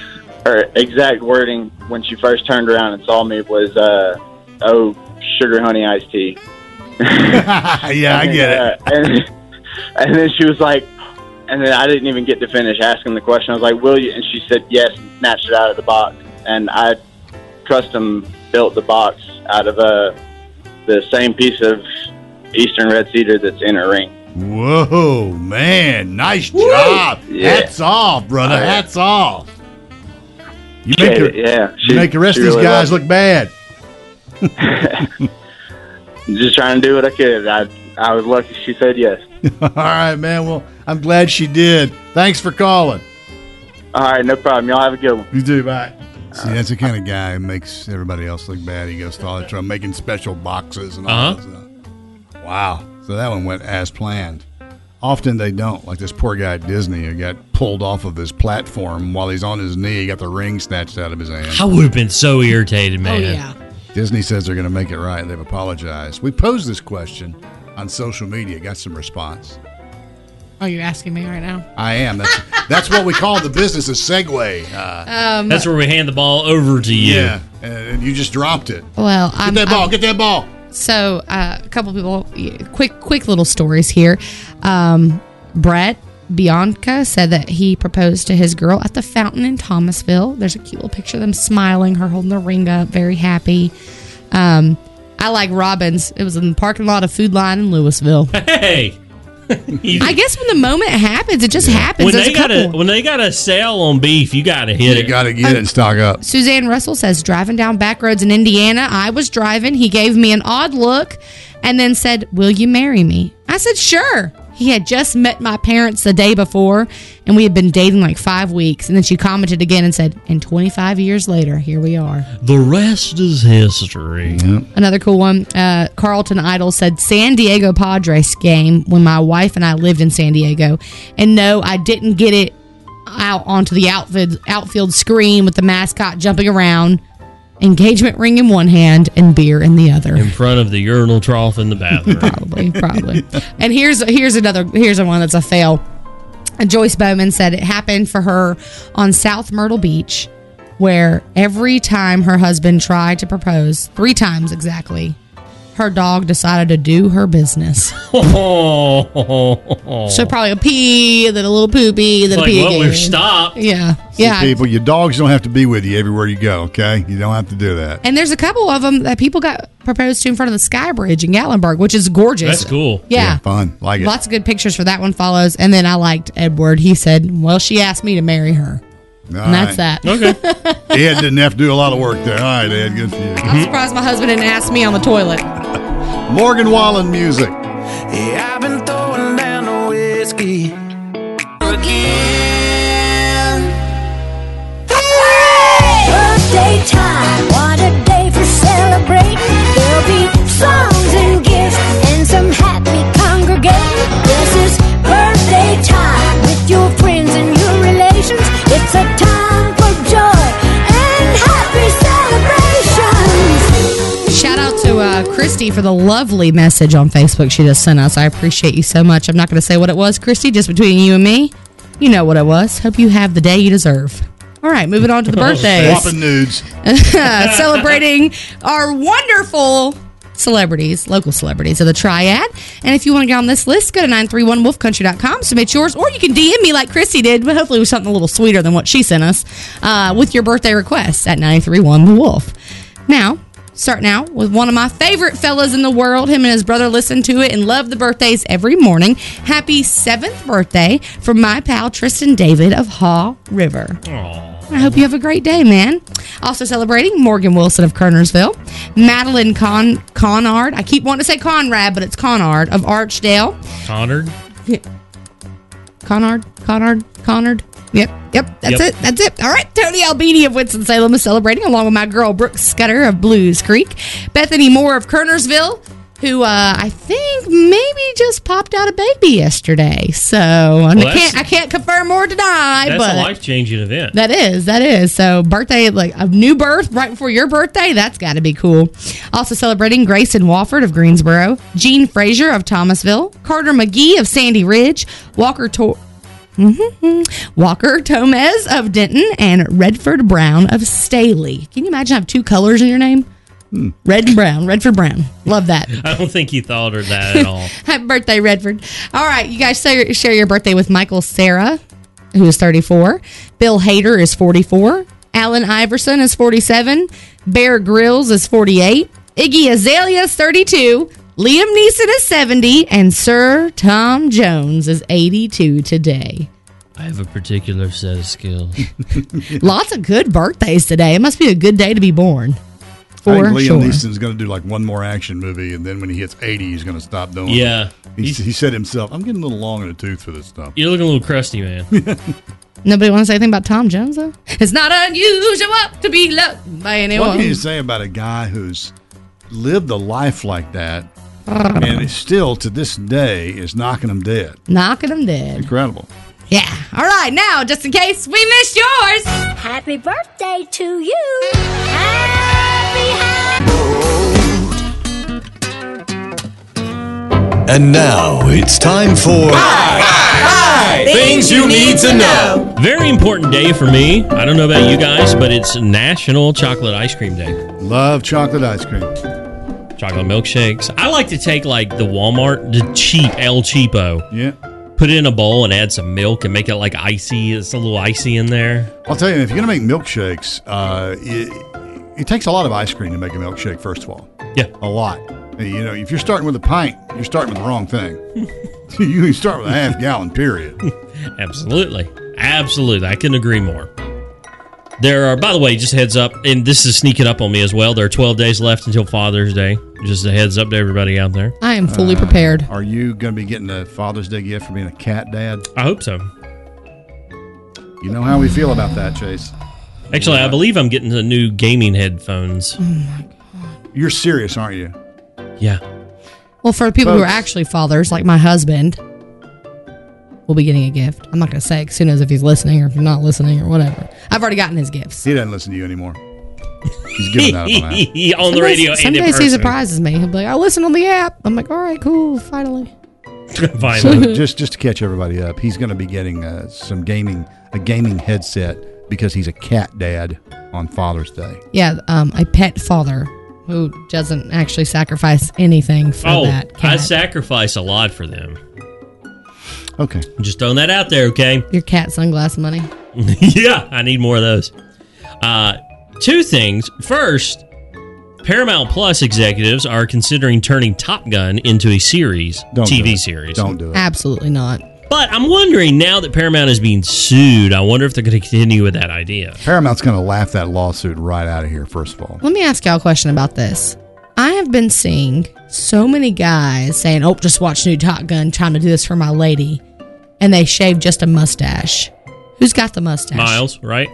C: her exact wording when she first turned around and saw me was, uh, "Oh, sugar honey iced tea."
F: yeah, I get it.
C: and, and then she was like, and then I didn't even get to finish asking the question. I was like, "Will you?" And she said, "Yes." and Snatched it out of the box, and I custom built the box out of uh, the same piece of eastern red cedar that's in her ring.
F: Whoa, man! Nice job.
C: Yeah.
F: Hats off, brother.
C: Oh, yeah.
F: Hats off. You
C: Yeah,
F: make the,
C: yeah,
F: you
C: she-
F: make the rest
C: she
F: of these
C: really
F: guys
C: loved
F: look bad.
C: Just trying to do what I could. I I was lucky she said yes.
F: All right, man. Well, I'm glad she did. Thanks for calling.
C: All right, no problem. Y'all have a good one.
F: You do. Bye. See, that's the kind of guy who makes everybody else look bad. He goes to all the trouble making special boxes and all
D: Uh-huh.
F: that stuff. Wow. So that one went as planned. Often they don't. Like this poor guy at Disney who got pulled off of his platform while he's on his knee. He got the ring snatched out of his hand.
D: I would have been so
G: Oh,
D: irritated, man.
F: Disney says they're going to make it right. They've apologized. We posed this question on social media, got some response.
G: Oh, you're asking me right now?
F: I am. That's, that's what we call the business a segue. Uh,
G: Um,
D: That's where we hand the ball over to you.
F: yeah. And, and you just dropped it.
G: Well,
F: Get
G: I'm,
F: that ball.
G: I'm-
F: get that ball.
G: So, uh, a couple people, quick, quick little stories here. Um, Brett Bianca said that he proposed to his girl at the fountain in Thomasville. There's a cute little picture of them smiling, her holding the ring up, very happy. Um, I like Robbins. It was in the parking lot of Food Line in Louisville.
D: Hey,
G: I guess when the moment happens, it just happens.
D: when
G: There's
D: they
G: a
D: got a
G: couple.
D: when they got a sale on beef, you got to hit
F: You
D: it.
F: got to get it and stock up.
G: Suzanne Russell says, driving down back roads in Indiana, I was driving. He gave me an odd look and then said, Will you marry me? I said, Sure. He had just met my parents the day before and we had been dating like five weeks. And then she commented again and said, And 25 years later, here we are.
D: The rest is history.
G: Another cool one. Uh, Carlton Idol said San Diego Padres game when my wife and I lived in San Diego, and no, I didn't get it out onto the outfield outfield screen with the mascot jumping around, engagement ring in one hand and beer in the other.
D: In front of the urinal trough in the bathroom.
G: probably, probably. And here's here's another here's one that's a fail. Joyce Bowman said it happened for her on South Myrtle Beach, where every time her husband tried to propose, three times exactly, her dog decided to do her business.
D: Oh,
G: So probably a pee, then a little poopy, then
D: It's
G: a
D: like,
G: pee
D: well,
G: again.
D: we're stopped.
G: Yeah,
F: See,
G: yeah.
F: people, your dogs don't have to be with you everywhere you go, okay? You don't have to do that.
G: And there's a couple of them that people got proposed to in front of the Sky Bridge in Gatlinburg, which is gorgeous.
D: That's cool.
G: Yeah.
F: Fun. Like it.
G: Lots of good pictures for that one follows. And then I liked Edward. He said, Well, she asked me to marry her.
F: All
G: and that's
F: right.
G: that.
D: Okay.
F: Ed didn't have to do a lot of work there. All right, Ed. Good for you.
G: I'm surprised my husband didn't ask me on the toilet.
F: Morgan Wallen music.
E: Yeah, I've been throwing down the whiskey again.
J: Birthday time, what a day for celebrating. There'll be songs and gifts and some happy congregating. This is birthday time with your friends and your relations. It's a time for joy and happy celebrations.
G: Shout out to uh, Christy for the lovely message on Facebook she just sent us. I appreciate you so much. I'm not going to say what it was, Christy, just between you and me. You know what it was. Hope you have the day you deserve. All right, moving on to the birthdays.
F: Oh, Swapping nudes.
G: celebrating our wonderful celebrities, local celebrities of the triad. And if you want to get on this list, go to 931wolfcountry.com, submit yours, or you can DM me like Chrissy did, but hopefully with something a little sweeter than what she sent us uh, with your birthday request at 931 The Wolf. Now, starting out with one of my favorite fellas in the world. Him and his brother listen to it and love the birthdays every morning. Happy seventh birthday from my pal Tristan David of Haw River. I hope you have a great day, man. Also celebrating Morgan Wilson of Kernersville, Madeline Con Conard. I keep wanting to say Conrad, but it's Conard of Archdale.
D: Conard.
G: Conard, Conard, Conard. Yep, yep, that's
J: Yep.
G: it, that's it. All right, Tony Albini of Winston-Salem is celebrating, along with my girl Brooke Scudder of Blues Creek, Bethany Moore of Kernersville, who uh, I think maybe just popped out a baby yesterday. So and I
D: that's-
G: can't, I can't confirm or deny,
D: That's
G: but
D: a life changing event.
G: that is, that is. So birthday, like a new birth right before your birthday, that's got to be cool. Also celebrating Grayson Wofford of Greensboro, Gene Frazier of Thomasville, Carter McGee of Sandy Ridge, Walker Tor. Mhm. Walker Tomez of Denton and Redford Brown of Staley. Can you imagine have two colors in your name? Red and brown, Redford Brown. Love that.
D: I don't think he thought of that at all.
G: Happy birthday, Redford. All right, you guys share, share your birthday with Michael Sarah, who is 34. Bill Hader is 44. Alan Iverson is 47. Bear Grylls is 48. Iggy Azalea is 32. Liam Neeson is 70. And Sir Tom Jones is 82 today.
D: I have a particular set of skills.
G: Lots of good birthdays today. It must be a good day to be born.
F: I think
G: For
F: Liam
G: sure.
F: Neeson's going to do like one more action movie, and then when he hits 80, he's going to stop doing
D: Yeah.
F: it. He, he said himself, I'm getting a little long in the tooth for this stuff.
D: You're looking a little crusty, man.
G: Nobody wants to say anything about Tom Jones, though? It's not unusual to be loved by anyone.
F: What can you say about a guy who's lived a life like that and is still to this day is knocking him dead?
G: Knocking them dead.
F: Incredible.
G: Yeah. All right, now, just in case we missed yours.
J: Happy birthday to you.
K: And now it's time for
J: Things you need to know.
D: Very important day for me. I don't know about you guys, but it's National Chocolate Ice Cream Day.
F: Love chocolate ice cream.
D: Chocolate milkshakes. I like to take like the Walmart, the cheap El Cheapo.
F: Yeah.
D: Put it in a bowl and add some milk and make it like icy. It's a little icy in there.
F: I'll tell you, if you're going to make milkshakes, uh, it, it takes a lot of ice cream to make a milkshake, first of all.
D: Yeah.
F: A lot. And, you know, if you're starting with a pint, you're starting with the wrong thing. you can start with a half gallon, period.
D: Absolutely. Absolutely. I couldn't agree more. There are, by the way, just a heads up, and this is sneaking up on me as well. There are 12 days left until Father's Day. Just a heads up to everybody out there.
G: I am fully prepared.
F: Are you going to be getting a Father's Day gift for being a cat dad?
D: I hope so.
F: You know how we feel about that, Chase.
D: Actually, I believe I'm getting the new gaming headphones.
F: Mm-hmm. You're serious, aren't you?
D: Yeah.
G: Well, for people who are
F: Folks.
G: actually fathers, like my husband, will be getting a gift. I'm not going to say because who knows if he's listening or if you're not listening or whatever. I've already gotten his gifts.
F: He doesn't listen to you anymore. He's giving out on that.
D: on the radio and in
G: Sometimes he
D: person.
G: surprises me. He'll be like, I listen on the app. I'm like, all right, cool, finally.
D: Finally.
F: So just just to catch everybody up, he's going to be getting uh, some gaming a gaming headset because he's a cat dad on Father's Day.
G: Yeah, um, a pet father who doesn't actually sacrifice anything for
D: oh,
G: that.
D: I sacrifice a lot for them.
F: Okay.
D: Just throwing that out there, okay?
G: Your cat sunglass money.
D: yeah, I need more of those. Uh, two things. First, Paramount Plus executives are considering turning Top Gun into a series,
F: Don't do
D: TV
F: it.
D: series.
F: Don't do it.
G: Absolutely not.
D: But I'm wondering now that Paramount is being sued, I wonder if they're going to continue with that idea.
F: Paramount's going to laugh that lawsuit right out of here. First of all,
G: Let me ask y'all a question about this. I have been seeing so many guys saying, "Oh, just watch new Top Gun," trying to do this for my lady, and they shave just a mustache. Who's got the mustache?
D: Miles, right?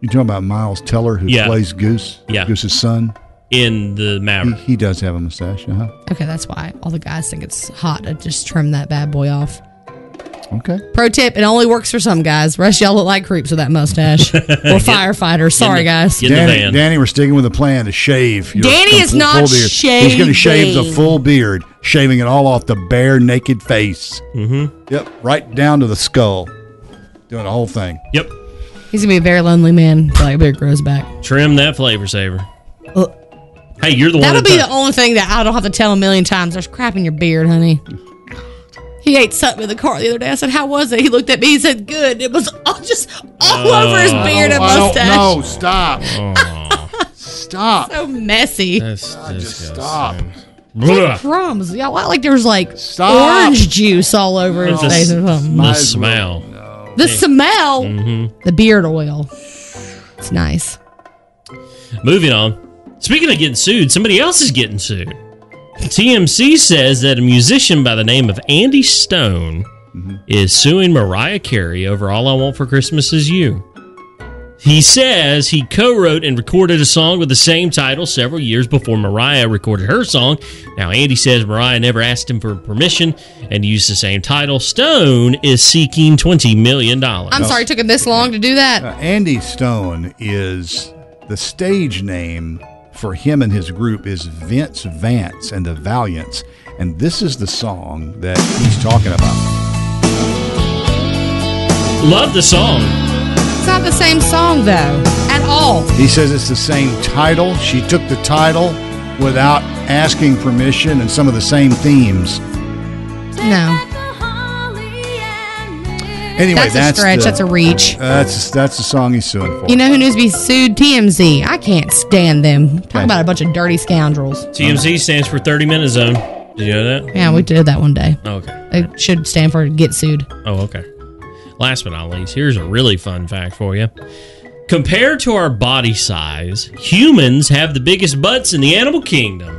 F: you talking about Miles Teller who
D: Yeah.
F: plays Goose?
D: Yeah.
F: Goose's son.
D: In the
F: He,
D: Maverick.
F: he does have a mustache. Uh huh.
G: Okay, that's why all the guys think it's hot to just trim that bad boy off.
F: Okay.
G: Pro tip: It only works for some guys. Rest y'all look like creeps with that mustache. We're firefighters. Sorry, guys.
F: Danny, Danny, we're sticking with the plan to shave. your-
G: Danny
F: the
G: is not
F: beard. He's going to shave the
G: shaving.
F: full beard, shaving it all off the bare naked face. Mm-hmm. Yep, right down to the skull, doing the whole thing.
D: Yep.
G: He's gonna be a very lonely man. till That beard grows back.
D: Trim that flavor saver. hey, you're the one.
G: That'll
D: that
G: be
D: touched-
G: the only thing that I don't have to tell a million times. There's crap in your beard, honey. He ate something in the car the other day. I said, "How was it?" He looked at me. He said, "Good." It was all just all
D: Oh.
G: over his beard and
F: I don't-
G: mustache.
F: No, stop. Stop.
G: So messy.
D: just
F: stop.
G: Crumbs. Y'all act like there was like
F: Stop.
G: orange juice all over his
D: the,
G: face. or
D: s-
G: something.
D: the smell.
G: The
F: Mm-hmm.
G: smell.
D: Mhm.
G: The beard oil. It's nice.
D: Moving on. Speaking of getting sued, somebody else is getting sued. TMC says that a musician by the name of Andy Stone is suing Mariah Carey over All I Want for Christmas Is You. He says he co wrote and recorded a song with the same title several years before Mariah recorded her song. Now, Andy says Mariah never asked him for permission and used the same title. Stone is seeking $20 million.
G: I'm sorry it took him this long to do that.
F: Uh, Andy Stone is the stage name for him and his group is Vince Vance and the Valiants, and this is the song that he's talking about.
D: Love the song.
G: It's not the same song though at all.
F: He says it's the same title. She took the title without asking permission and some of the same themes.
G: No.
F: Anyway,
G: That's
F: that's,
G: a stretch.
F: the-
G: That's a reach.
F: Uh, that's that's the song he's suing for.
G: You know who needs to be sued? TMZ. I can't stand them. Talk about a bunch of dirty scoundrels.
D: TMZ stands for 30 Minute Zone. Did you know that?
G: Yeah, we did that one day.
D: Okay.
G: It should stand for get sued.
D: Oh, okay. Last but not least, here's a really fun fact for you. Compared to our body size, humans have the biggest butts in the animal kingdom.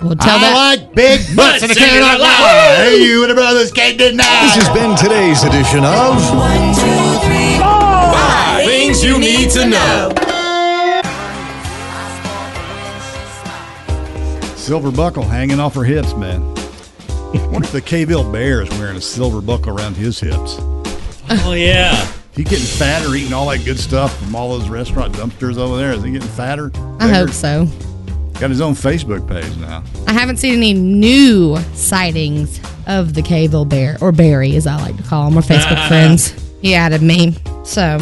G: Well,
D: tell
K: I
D: that-
K: like big butts,
D: Butts
K: and I
D: and I
K: cannot
D: like-
K: lie. Hey, you and the brothers can't deny. This has been today's edition of One, Two, Three, Four. Five Things You Need to Know.
F: Silver buckle hanging off her hips, man. What if the K Bill Bear is wearing a silver buckle around his hips?
D: Oh yeah.
F: He getting fatter, eating all that good stuff from all those restaurant dumpsters over there. Is he getting fatter?
G: I hope so.
F: Got his own Facebook page now.
G: I haven't seen any new sightings of the Cable Bear, or Barry as I like to call him. We're Facebook friends. He added me. So,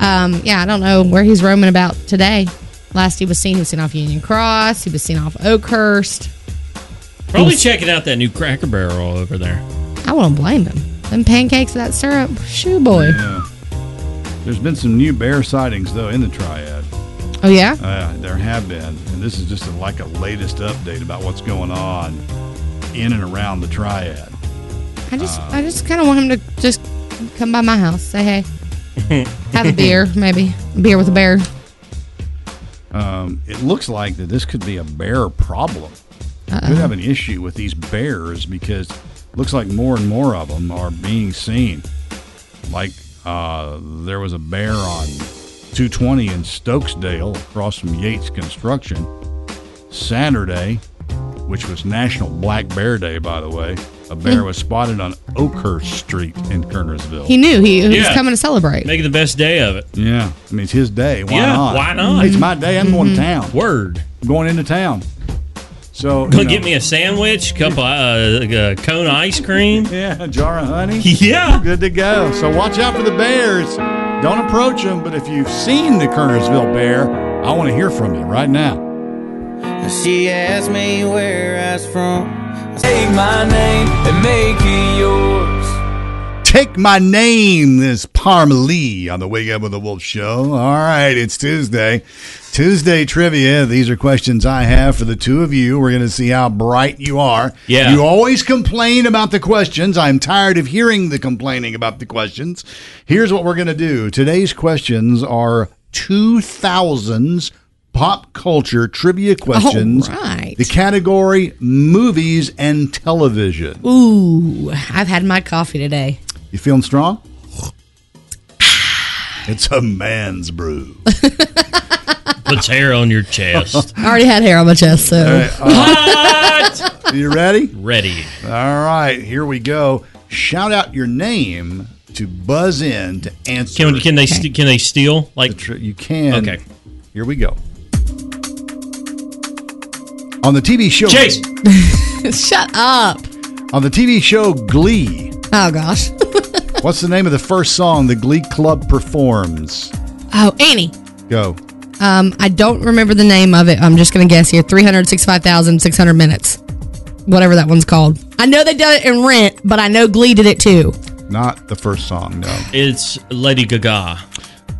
G: um, yeah, I don't know where he's roaming about today. Last he was seen, he was seen off Union Cross. He was seen off Oakhurst.
D: Probably checking out that new Cracker Barrel over there.
G: I wouldn't blame him. Them pancakes, that syrup, shoe boy.
F: Yeah. There's been some new bear sightings though in the triad.
G: Oh, yeah?
F: Uh, there have been, and this is just a, like a latest update about what's going on in and around the triad.
G: I just, I just kind of want him to just come by my house, say hey, have a beer, maybe beer with a bear.
F: Um, it looks like that this could be a bear problem. We
G: Uh-oh.
F: could have an issue with these bears because it looks like more and more of them are being seen. Like uh, there was a bear on 220 in Stokesdale across from Yates Construction Saturday, which was National Black Bear Day, by the way. A bear was spotted on Oakhurst Street in Kernersville.
G: Hmm. He knew he, he was coming to celebrate.
D: Make it the best day of it.
F: Yeah. I mean, it's his day. Why
D: Yeah,
F: not?
D: why not?
F: It's my day. I'm going to
G: Mm-hmm.
F: town.
D: Word.
F: I'm going into town. So you
D: Go
F: know,
D: get me a sandwich, cup of uh, uh, cone of ice cream.
F: yeah, a jar of honey.
D: Yeah.
F: Good to go. So watch out for the bears. Don't approach them. But if you've seen the Kernersville bear, I want to hear from you right now.
E: She asked me where I was from. Take my name and make it yours.
F: Take my name, this Parm Lee on the Wake Up with the Wolf show. All right, it's Tuesday. Tuesday trivia. These are questions I have for the two of you. We're going to see how bright you are.
D: Yeah.
F: You always complain about the questions. I'm tired of hearing the complaining about the questions. Here's what we're going to do today's questions are 2000s pop culture trivia questions.
G: right.
F: The category movies and television.
G: Ooh, I've had my coffee today.
F: You feeling strong? It's a man's brew.
D: Puts hair on your chest.
G: I already had hair on my chest, so
F: you ready?
D: Ready.
F: All right, here we go. Shout out your name to buzz in to answer.
D: Can, can they st- can they steal? Like
F: you can.
D: Okay.
F: Here we go. On the TV show
D: Chase.
G: shut up.
F: On the TV show Glee,
G: Oh gosh.
F: what's the name of the first song the Glee Club performs?
G: Oh, Annie.
F: Go.
G: Um, I don't remember the name of it. I'm just gonna guess here. 365,600 minutes. Whatever that one's called. I know they done it in Rent, but I know Glee did it too.
F: Not the first song, no.
D: It's Lady Gaga.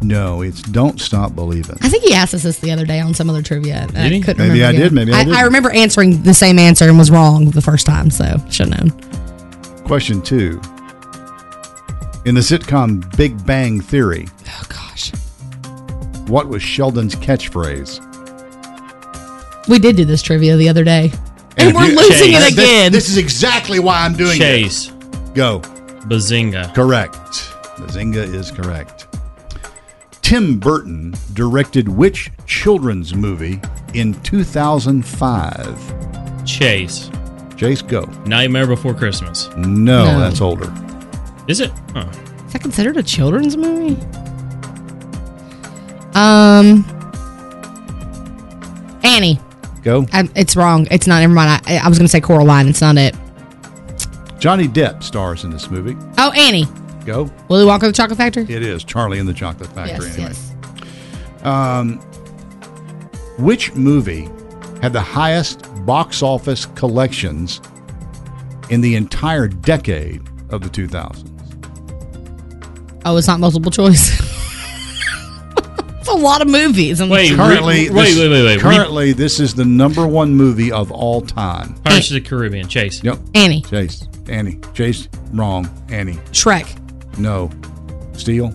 F: No, it's Don't Stop Believin'.
G: I think he asked us this the other day on some other trivia. and I
F: Did he?
G: couldn't
F: Maybe I
G: remember the-
F: did, maybe I didn't.
G: I remember answering the same answer and was wrong the first time, so should have known.
F: Question two. In the sitcom Big Bang Theory.
G: Oh, gosh.
F: What was Sheldon's catchphrase?
G: We did do this trivia the other day. And, we're
F: you-
G: losing
F: Chase.
G: it again.
F: This, this is exactly why I'm doing
D: Chase.
F: it. Go.
D: Bazinga.
F: Correct. Bazinga is correct. Tim Burton directed which children's movie in 2005?
D: Chase.
F: Chase, go.
D: Nightmare Before Christmas.
F: No,
D: No.
F: that's older.
D: Is it? Huh.
G: Is that considered a children's movie? Um, Annie.
F: Go.
G: I, it's wrong. It's not. Never mind. I, I was going to say Coraline. It's not it.
F: Johnny Depp stars in this movie.
G: Oh, Annie.
F: Go.
G: Willy Walker the Chocolate Factory.
F: It is Charlie and the Chocolate Factory.
G: Yes,
F: anyway. Um, which movie had the highest box office collections in the entire decade of the 2000s?
G: Oh, it's not multiple choice. it's a lot of movies. I'm
D: Wait,
F: Currently,
D: re- wait,
F: this,
D: wait, wait, wait. Re-
F: Currently, this is the number one movie of all time.
D: Pirates of the Caribbean. Chase.
F: Yep.
G: Annie.
F: Chase. Annie. Chase. Wrong. Annie.
G: Shrek.
F: No. Steel.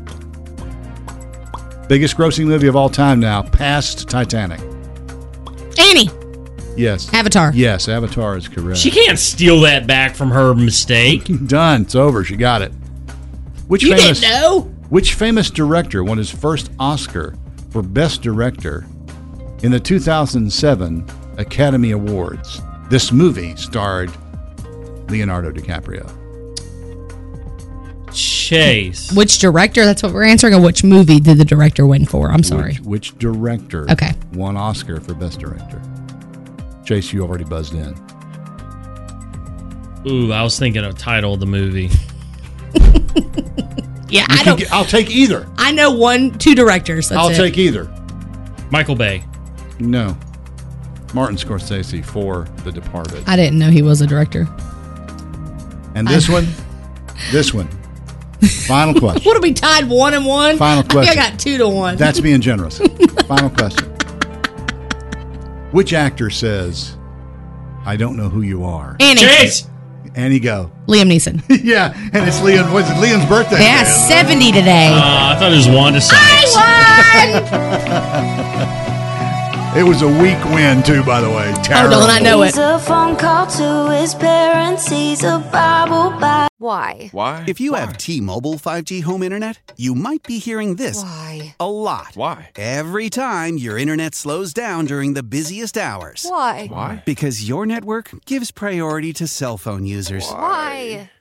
F: Biggest grossing movie of all time now, past Titanic.
G: Annie.
F: Yes.
G: Avatar.
F: Yes, Avatar is correct.
D: She can't steal that back from her mistake.
F: Done. It's over. She got it. Which
D: You
F: famous,
D: didn't know?
F: Which famous director won his first Oscar for Best Director in the 2007 Academy Awards? This movie starred Leonardo DiCaprio.
D: Chase.
G: Which director? That's what we're answering. Or which movie did the director win for? I'm sorry.
F: Which, which director
G: Okay.
F: won Oscar for Best Director? Chase, you already buzzed in.
D: Ooh, I was thinking of title of the movie.
G: yeah,
F: I don't. I'll take either.
G: I know one, two directors. That's
F: I'll
G: it.
F: take either.
D: Michael Bay.
F: No. Martin Scorsese for The Departed.
G: I didn't know he was a director.
F: And this
G: I-
F: one, this one. Final question.
G: What are we tied one and one?
F: Final
G: I
F: question.
G: think I got two to one.
F: That's being generous. Final question. Which actor says, "I don't know who you are"?
G: Annie. Chase!
F: Annie, go.
G: Liam Neeson.
F: yeah, and it's Liam. Was it Liam's birthday?
G: Yeah, seventy today.
D: Uh, I thought it was Wanda Sykes.
F: It was a weak win too, by the way.
G: Oh,
F: Terrible.
A: He's a phone call to his parents. He's a Bible by. Mm-hmm. Why?
L: Why? If you have T-Mobile 5G home internet, you might be hearing this a lot. Why? Every time your internet slows down during the busiest hours.
A: Why? Why?
L: Because your network gives priority to cell phone users.
A: Why?